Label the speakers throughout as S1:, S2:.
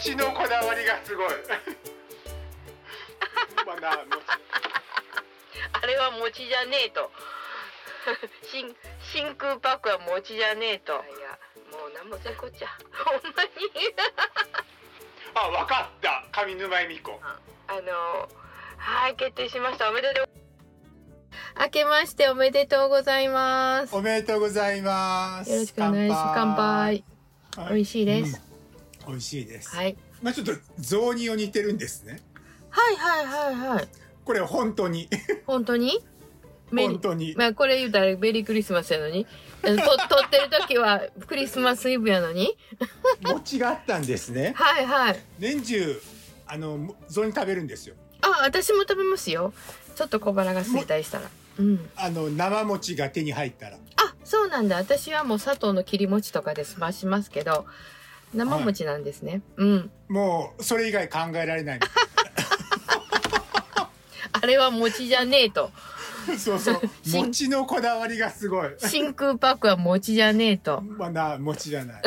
S1: 伝わりが すごいまあなもち
S2: あれは餅じゃねえと 真真空パックは餅じゃねえといやもう何もせんこっちゃほんまに
S1: あわかった上沼恵美子
S2: あのはい決定しましたおめでとう
S3: 明けましておめでとうございます。
S4: お
S3: よ
S4: めでとうございます。
S3: ろしくお願いします。乾杯。
S4: 乾
S3: 美味しいです。。
S4: うん美味しいです。
S3: はい。
S4: まあちょっと雑煮を似てるんですね。
S3: はいはいはいはい。
S4: これ本当に
S3: 本当にメリ
S4: 本当に。
S3: まあこれ言うたらメリークリスマスやのに。と撮ってる時はクリスマスイブやのに。
S4: 餅があったんですね。
S3: はいはい。
S4: 年中あの雑煮食べるんですよ。
S3: あ、私も食べますよ。ちょっと小腹が空いたりしたら。うん。
S4: あの生餅が手に入ったら。
S3: あ、そうなんだ。私はもう砂糖の切り餅とかで済ましますけど、生餅なんですね。うん。
S4: もうそれ以外考えら れない。
S3: あれは餅じゃねえ と。
S4: そうそう。餅のこだわりがすごい。
S3: 真空パックは餅じゃねえと。
S4: まあな餅じゃ ない。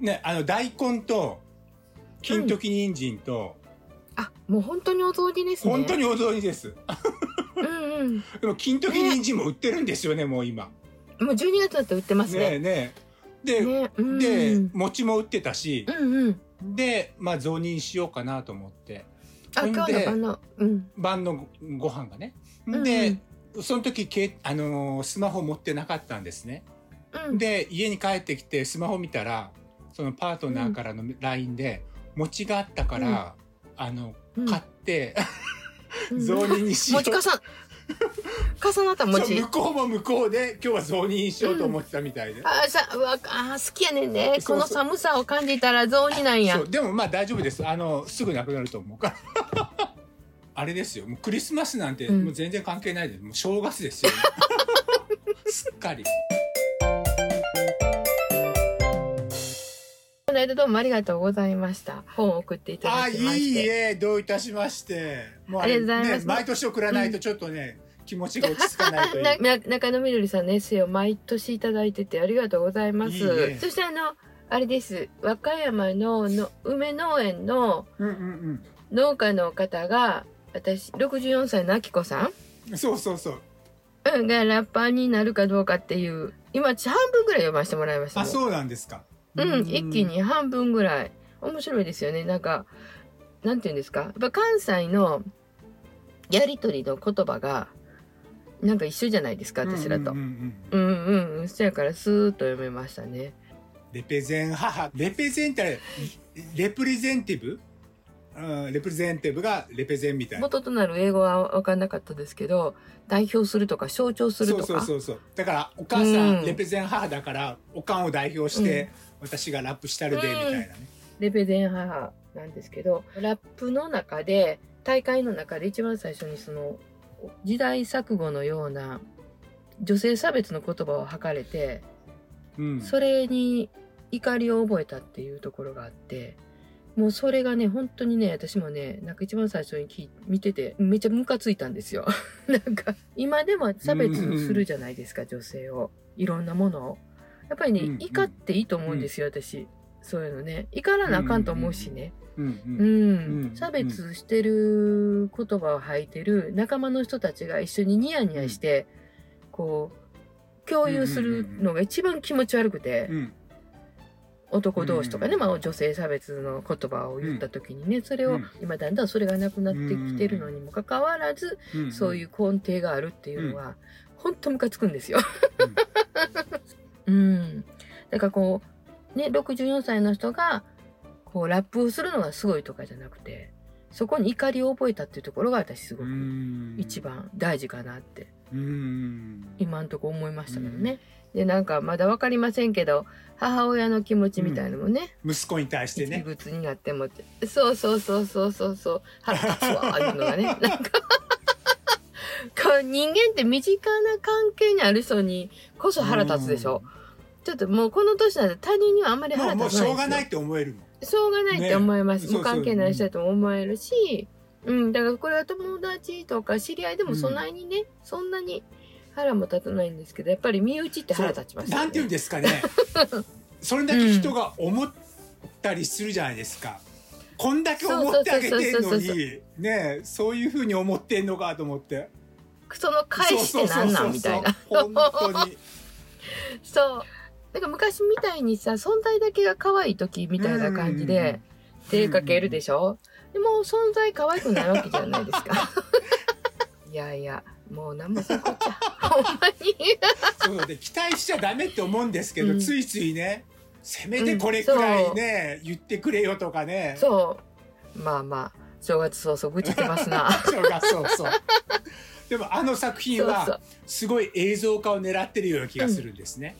S4: ねあの大根と金時人参と、
S3: あ、もう本当にお雑煮ですね。
S4: 本当にお雑煮です。
S3: うんうん。
S4: でも金時人参も売ってるんですよねもう今。
S3: もう12月だって売ってます
S4: ねえね
S3: ね。ね
S4: え。で、
S3: うん、
S4: で、
S3: うん
S4: 餅も売ってたし、
S3: うん。
S4: でまあ雑煮にしようかなと思って
S3: あ、
S4: ほんで
S3: 今日の晩の、うん。
S4: 晩のごご飯がね。
S3: ん
S4: で、その時けあのースマホ持ってなかったんですね。
S3: うん。
S4: で家に帰ってきてスマホ見たらそのパートナーからの LINE で「餅があったから、あの
S3: うん、
S4: 買って、
S3: うん
S4: 雑煮にしよう」
S3: 餅かさ、重なった
S4: そう
S3: 餅
S4: 向。こうも向こうで今日は雑煮にしようと思ってたみたいで、
S3: あーさ、うわ、あー好きやねんね。
S4: そうそう
S3: この寒さを感じたら雑煮なんや。
S4: そうでもまあ大丈夫ですあのすぐなくなると思う からあれですよもうクリスマスなんて
S3: うん
S4: もう全然関係ないです、もう正月です よすっかり
S3: この間どうもありがとうございました。本を送っていた
S4: あ
S3: だきま
S4: い
S3: し
S4: い
S3: て。
S4: えどういたしましてもれ
S3: ありがとうございます
S4: ね、毎年送らないとちょっとね、気持ちが落ち着かない という
S3: なな中野みどりさんのエッセイを毎年いただいててありがとうございます。
S4: いいね
S3: そしてあの、あれです。和歌山のの梅農園の
S4: うんうん
S3: 農家の方が、私、64歳のあきこさん
S4: うんそうそうそう
S3: うんがラッパーになるかどうかっていう今半分ぐらい読ませてもらいました
S4: あ
S3: ね
S4: そうなんですか
S3: うん一気に半分ぐらい面白いですよねなんかなんて言うんですかやっぱ関西のやりとりの言葉がなんか一緒じゃないですか私らと、う
S4: うん
S3: ん
S4: うんうんうん
S3: うんうんそやからスーッと読めましたね
S4: レペゼン母レペゼンってレプレゼンティブ、うん、レプレゼンティブがレペゼンみたいな
S3: 元となる英語は分かんなかったですけど代表するとか象徴するとか
S4: そうそうそうそうだからお母さん、
S3: うん
S4: レペゼン母だからおかんを代表して、私がラップしたるで、
S3: うん
S4: みたいなね
S3: レペゼン母なんですけどラップの中で大会の中で一番最初にその時代錯誤のような女性差別の言葉を吐かれて、
S4: うん
S3: それに怒りを覚えたっていうところがあってもうそれがね本当にね私もねなんか一番最初に聞い見ててめっちゃムカついたんですよ なんか今でも差別するじゃないですか、女性をいろんなものをやっぱりね、
S4: うんうん
S3: 怒っていいと思うんですよ、私そういうのね怒らなあかんと思うしね、
S4: うん
S3: う
S4: うん
S3: ん
S4: うん
S3: 差別してる言葉を吐いてる仲間の人たちが一緒にニヤニヤして、こう共有するのが一番気持ち悪くて、
S4: うん
S3: 男同士とかね、
S4: うん
S3: まあ、女性差別の言葉を言った時にね、それを、
S4: うん
S3: 今だんだんそれがなくなってきてるのにもかかわらず、
S4: うん
S3: そういう根底があるっていうのは、ほんとムカつくんですよ。うん。だからこう、ね、64歳の人が、こう、ラップをするのがすごいとかじゃなくて、そこに怒りを覚えたっていうところが私すご
S4: う
S3: く
S4: ん
S3: 一番大事かなって、
S4: うん
S3: 今んとこ思いましたけどね。で、なんかまだわかりませんけど、母親の気持ちみたいのもね、
S4: 息子に対して
S3: 一
S4: ね
S3: 物になってもってそうそうそうそうそうそう腹立つわーいうの がねなんかこう人間って身近な関係にある人にこそ腹立つでしょ、ちょっともうこの年なんで他人にはあんまり
S4: も
S3: 腹
S4: う
S3: 立
S4: も
S3: た
S4: うし
S3: ないんですよ
S4: ょうがないって思えるもん
S3: しょうがないって思います、
S4: ね
S3: も
S4: そう
S3: う
S4: そ
S3: 関
S4: う
S3: 係ない人だとも思えるしうんだからこれは友達とか知り合いでもそんなにね、そんなに腹も立たないんです けどやっぱり身内って腹立ちますよ
S4: な
S3: ね
S4: んていうんですかねそれだけ人が思っったりするじゃないですか。こんだけ思ってあげてん
S3: そうそ
S4: の
S3: うそうそうそう
S4: に、ねえ、そういうふうに思ってんのかと思って。
S3: その返しってなんなんみたいな。
S4: そうそうそうそう。本当に。
S3: そう。なんか昔みたいにさ、存在だけが可愛い時みたいな感じで手かけるでしょ、でも存在可愛くないわけじゃないですか。いやいや、もう何もせんこっちゃ。ほんまに。
S4: そうだね期待しちゃダメって思うんですけど、
S3: うん
S4: ついついねせめてこれくらいね、言ってくれよとかね
S3: そう。まあまあ、正月早々愚痴ってま すな。
S4: そうかそうそうでもあの作
S3: そ
S4: 品
S3: うそう
S4: は。すごい映像化を狙ってるような気がするんですね、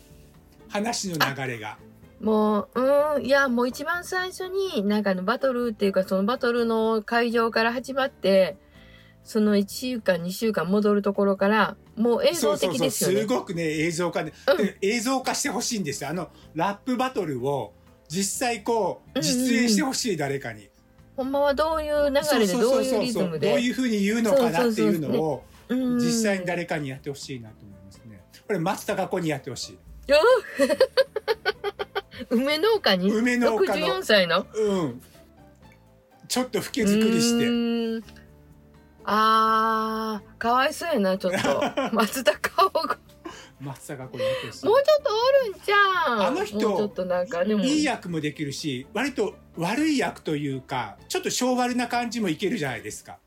S4: 話の流れが
S3: もう、うーん、いや、もう一番最初に、なんかあの、バトルっていうか、そのバトルの会場から始まって、その1週間、2週間戻るところから、もう映
S4: そ
S3: 像
S4: うそう
S3: 的
S4: そ
S3: で
S4: う
S3: すよ
S4: す
S3: ね。
S4: ごくね映像化で,、
S3: うん
S4: で映像化してほしいんですよあのラップバトルを実際こう
S3: うんうんうん
S4: 実演してほしい誰かに、
S3: ほんまはどういう流れで、どういうリズム
S4: どうい
S3: で。
S4: うふうに言うのかなっていうのを
S3: そうそうそううん
S4: 実際に誰かにやってほしいなと思いますね。これ松たか子にやってほしい。
S3: よ梅農家に
S4: 梅農家の
S3: 64歳の
S4: うん。ちょっと老け作りし
S3: う
S4: て。
S3: ーんあー、かわいそうやな、ちょっ と。松田かお子
S4: 松たか子にやってほしい。
S3: もうちょっとおるんじゃん。
S4: あの人
S3: もうちょっとなんかでも。
S4: いい役もできるし、割と悪い役というか、ちょっと性悪な感じもいけるじゃないですか。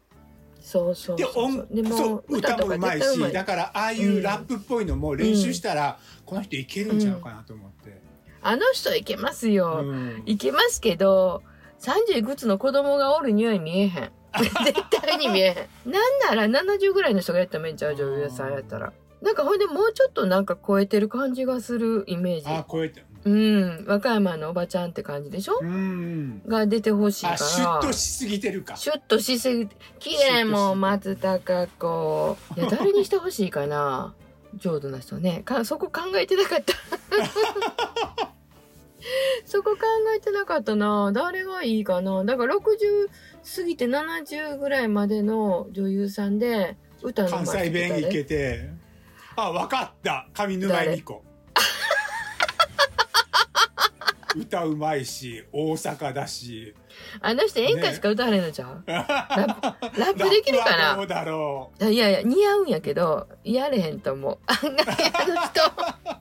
S3: そうそう
S4: で、
S3: そう
S4: 音
S3: そう。で、も
S4: そう、歌もうまい
S3: 絶
S4: し、
S3: 対
S4: だからああいうラップっぽいのも練習したら、この人いけるんちゃうかなと思って。
S3: あの人いけますよ。
S4: うん
S3: いけますけど、30いくつの子供がおるには見えへ ん。絶対に見えへん。なんなら70ぐらいの人がやったらめっちゃう女優さんやったら。なんかほんでもうちょっとなんか超えてる感じがするイメー
S4: あ
S3: ジ。、
S4: こうやって。
S3: うん。和歌山のおばちゃんって感じでしょ
S4: うん。
S3: が出てほしいから。
S4: あ、シュッとしすぎてるか。
S3: シュッとしすぎて綺麗もう松たか 子いや誰にしてほしいかな浄土な人ねかそこ考えてなかった そこ考えてなかったな誰がいいかなだから60過ぎて70ぐらいまでの女優さんで歌の
S4: 関
S3: 上手
S4: 西
S3: い人
S4: 弁いけて。あ、わかった。上沼恵美 子。歌うまいし、大阪だし。
S3: あの人演歌しか歌われんのじゃん、
S4: ラ
S3: ラップできるか
S4: ップはどうだろ
S3: なあいやいや似合うんやけどやれへんと思う 案外あの人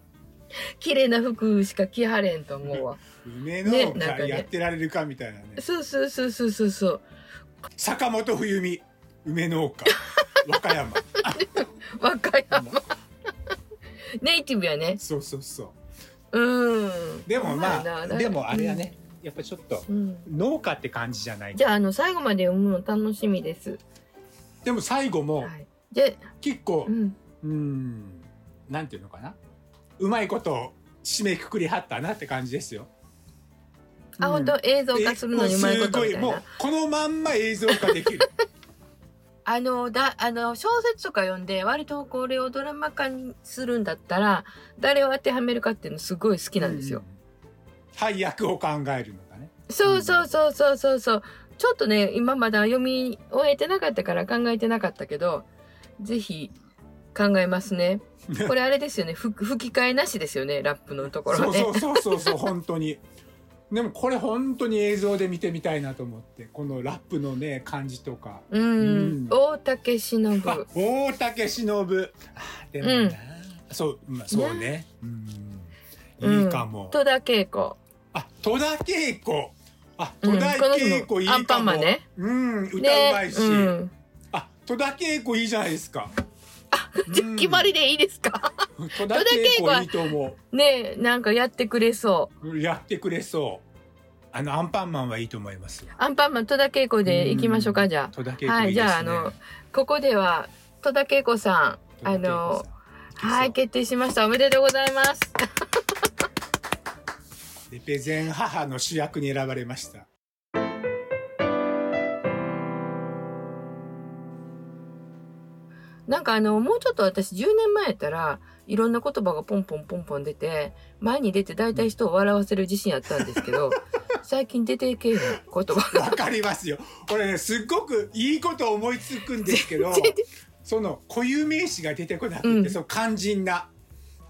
S3: 綺麗な服しか着はれんと思うわ
S4: う。梅の
S3: ねなんかね
S4: やってられるかみたいなね。
S3: そうそうそうそうそうそう。
S4: 坂本冬美、梅農 家、和歌山。
S3: 和歌山。ネイティブやね。
S4: そうそうそ
S3: うん。
S4: う。でもま
S3: うま
S4: あ、
S3: いな
S4: でもあれやね。やっぱちょっと
S3: うん。うん
S4: 農家って感じじゃない
S3: じ。ゃあ、あの、最後まで読むの楽しみです。
S4: でも最後も
S3: はい。で、
S4: 結構
S3: う、ん。
S4: うん、なんていうのかな。うまいことを締めくくりはったなって感じですよ。
S3: あ、
S4: うん
S3: 本当映像化するのにうまいことみ
S4: もうすごい
S3: たい
S4: も
S3: な
S4: う。このまんま映像化できる
S3: あの、だ、あの、小説とか読んで、割とこれをドラマ化にするんだったら、誰を当てはめるかっていうのすごい好き なんですよ。
S4: 配役を考えるのがね
S3: そうそうそうそうそうそう。ちょっとね、今まだ読み終えてなかったから考えてなかったけど、ぜひ考えま すね。これあれですよね。ふ吹き替えなしですよね。ラップのとこ
S4: そ
S3: ろ
S4: う
S3: ね
S4: そ。うそうそうそう本当にでもこれ本当に映像で見てみたいなと思ってこのラップのね感じとか
S3: う
S4: うん
S3: ん。大竹しのぶ。
S4: あ大竹しのぶあでもな、
S3: うん
S4: そう、まあ、そうねうんいいかも、
S3: うん戸田恵子。
S4: あ戸田恵子あ
S3: うん
S4: 戸田恵子いいかも、
S3: アンパンマンね。
S4: うん歌う
S3: ね
S4: まいし、
S3: うん
S4: あ戸田恵子いいじゃないですか
S3: じゃ決まりでいいですか
S4: 戸田恵子いいと思
S3: ねえ、なんかやってくれそう。
S4: うやってくれそうあのアンパンマンはいいと思います
S3: アンパンマン戸田恵子で行きましょうか、じゃあ。
S4: 戸田恵子いいですね、
S3: はい、じゃあ、あの、ここでは、戸田恵子さん、あ
S4: 戸田恵子さんい
S3: の、
S4: けそう
S3: はい、決定しました。おめでとうございます。
S4: レペゼン母の主役に選ばれました
S3: なんかあの、もうちょっと私10年前やったら、いろんな言葉がポンポンポンポン出て、前に出て大体人を笑わせる自信あったんです けど、最近出てけえへん言葉
S4: わかりますよこれねすっごくいいこと思いつくんですけど
S3: が。全然
S4: その固有名詞が出てこなくて、
S3: うん
S4: その肝心な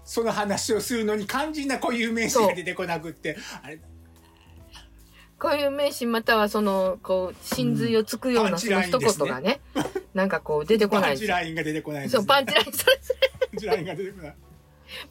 S4: その話をするのに肝心な固有名詞が出てこなくってあれ
S3: こういう名詞またはそのこう真髄をつくよう
S4: うんパ
S3: な
S4: ン
S3: そ
S4: チ
S3: の
S4: ライン
S3: 一言がね,、なんかこう出てこない
S4: パ
S3: ん
S4: ン
S3: で
S4: チ
S3: すよ
S4: ラインが出てこないんです
S3: そう
S4: ね
S3: パンチラインそれそれ
S4: パンチラインが出てこない。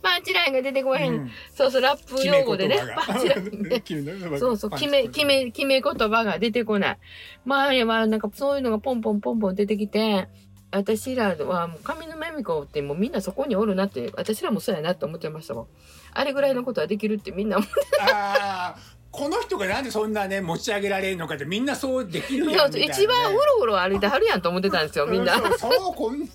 S3: パンチラインが出てこへん、
S4: うん
S3: そうそうラップ用語でね
S4: 決め言葉が
S3: パンチライン ね
S4: 決め言葉が
S3: そうそう
S4: パンチ
S3: 決め決め決め言葉が出てこない周りはなんかそういうのがポンポンポンポン出てきて私らはもう上沼恵美子ってもうみんなそこにおるなって私らもそうやなって思ってましたもんあれぐらいのことはできるってみんな思って
S4: ああ、この人がなんでそんなね、持ち上げられるのかって、みんなそうできる
S3: そう
S4: やんみたいなね、
S3: 一番おろおろ歩いてはるやんと思ってたんですよみんな
S4: う。そうそう、こんな、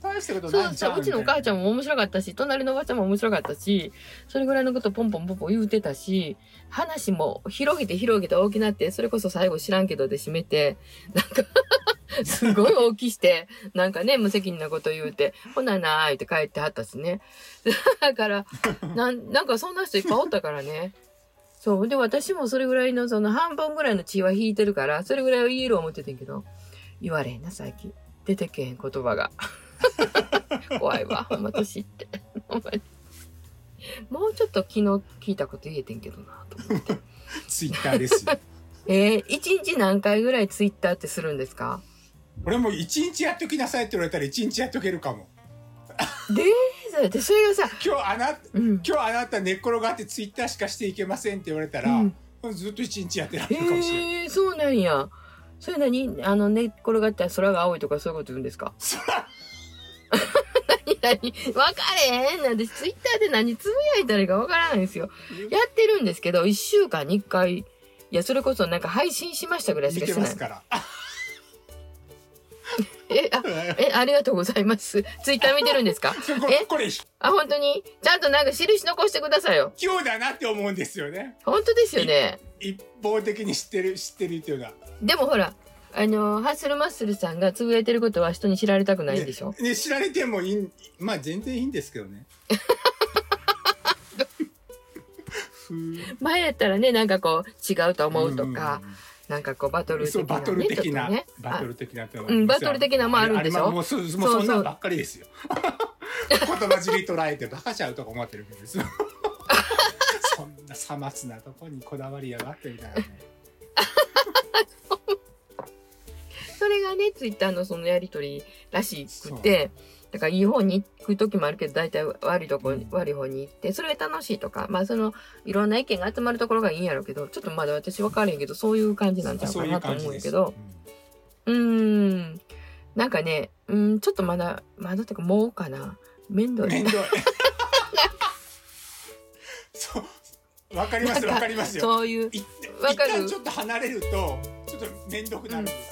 S4: 大したこと
S3: そ
S4: な
S3: う
S4: いじゃ
S3: そうううちのお母ちゃんも面白かったし隣のおばちゃんも面白かったしそれぐらいのことポンポンポンポン言うてたし話も広げて広げて大きなってそれこそ最後知らんけどで締めてなん かすごい大きしてなんかね無責任なこと言うてほななーいって帰ってはったしねだからなんなんかそんな人いっぱいおったからね。そうで私もそれぐらいのその半分ぐらいの血は引いてるからそれぐらいは言える思っててんけど言われへんな最近出てけへん言葉が 怖いわほんま年ってほんまにもうちょっと昨日聞いたこと言えてんけどなと思って
S4: ツイッターですよ。
S3: えー、一日何回ぐらいツイッターってするんですか
S4: 俺も一日やっときなさいって言われたら、一日やっとけるかも。
S3: でそれでそれがさ
S4: 今日あな、
S3: うん
S4: 今日あなた寝っ転がってツイッターしかしていけませんって言われたら、
S3: うん
S4: ずっと一日やってられるかもしれない。
S3: えー、そうなんやそれ何あの寝っ転がったら空が青いとかそういうこと言うんですか
S4: そ
S3: 何何分かれへんなんでツイッターで何つぶやいたらいいか分からないんですよやってるんですけど1週間に1回いやそれこそなんか配信しましたぐらいし
S4: 見
S3: かしてな
S4: ま
S3: い
S4: すから。
S3: えあえありがとうございますツイッター見てるんです か
S4: これ、これ卑
S3: あ本当にちゃんとなんか印残してくださいよ
S4: 怯だなって思うんですよね。
S3: 本当ですよね
S4: 一方的に知ってる、知ってるっていうのは。
S3: でもほらあのハッスルマッスルさんがつぶやいてることは人に知られたくないでしょ、
S4: ねね知られてもいいまあ全然いいんですけどねふー
S3: 前やったらねなんかこう違うと思うとか、
S4: ん
S3: なんかこうバトル的
S4: そ
S3: な、
S4: う
S3: ね、
S4: バトル的な、
S3: ちょっとね
S4: バトル的なってのは
S3: うんバトル的なもあるんでしょ
S4: あれまあもうそもう
S3: そう
S4: そんなんばっかりですよ 言葉尻捉えてバカちゃうとか思ってるけどですよ そんなさまつなとこにこだわりやがってみたいなね
S3: それがねツイッターのそのやり取りらしくてだからいい方に行く時もあるけど大体悪いとこ、
S4: うん
S3: 悪い方に行ってそれが楽しいとかまあそのいろんな意見が集まるところがいいんやろうけどちょっとまだ私分からへんけどそういう感 じなんちゃう
S4: そ
S3: か
S4: ういう
S3: なと
S4: 感
S3: 思
S4: じ
S3: うん
S4: で
S3: や
S4: す
S3: けどうーんなんかねうんちょっとまだまだっていうかもうかな面
S4: う
S3: 倒
S4: ん
S3: い
S4: 面倒 いそうわかりますわかりますよ
S3: そういう
S4: い一
S3: わかる
S4: 旦ちょっと離れるとちょっと面倒くなるんですよ、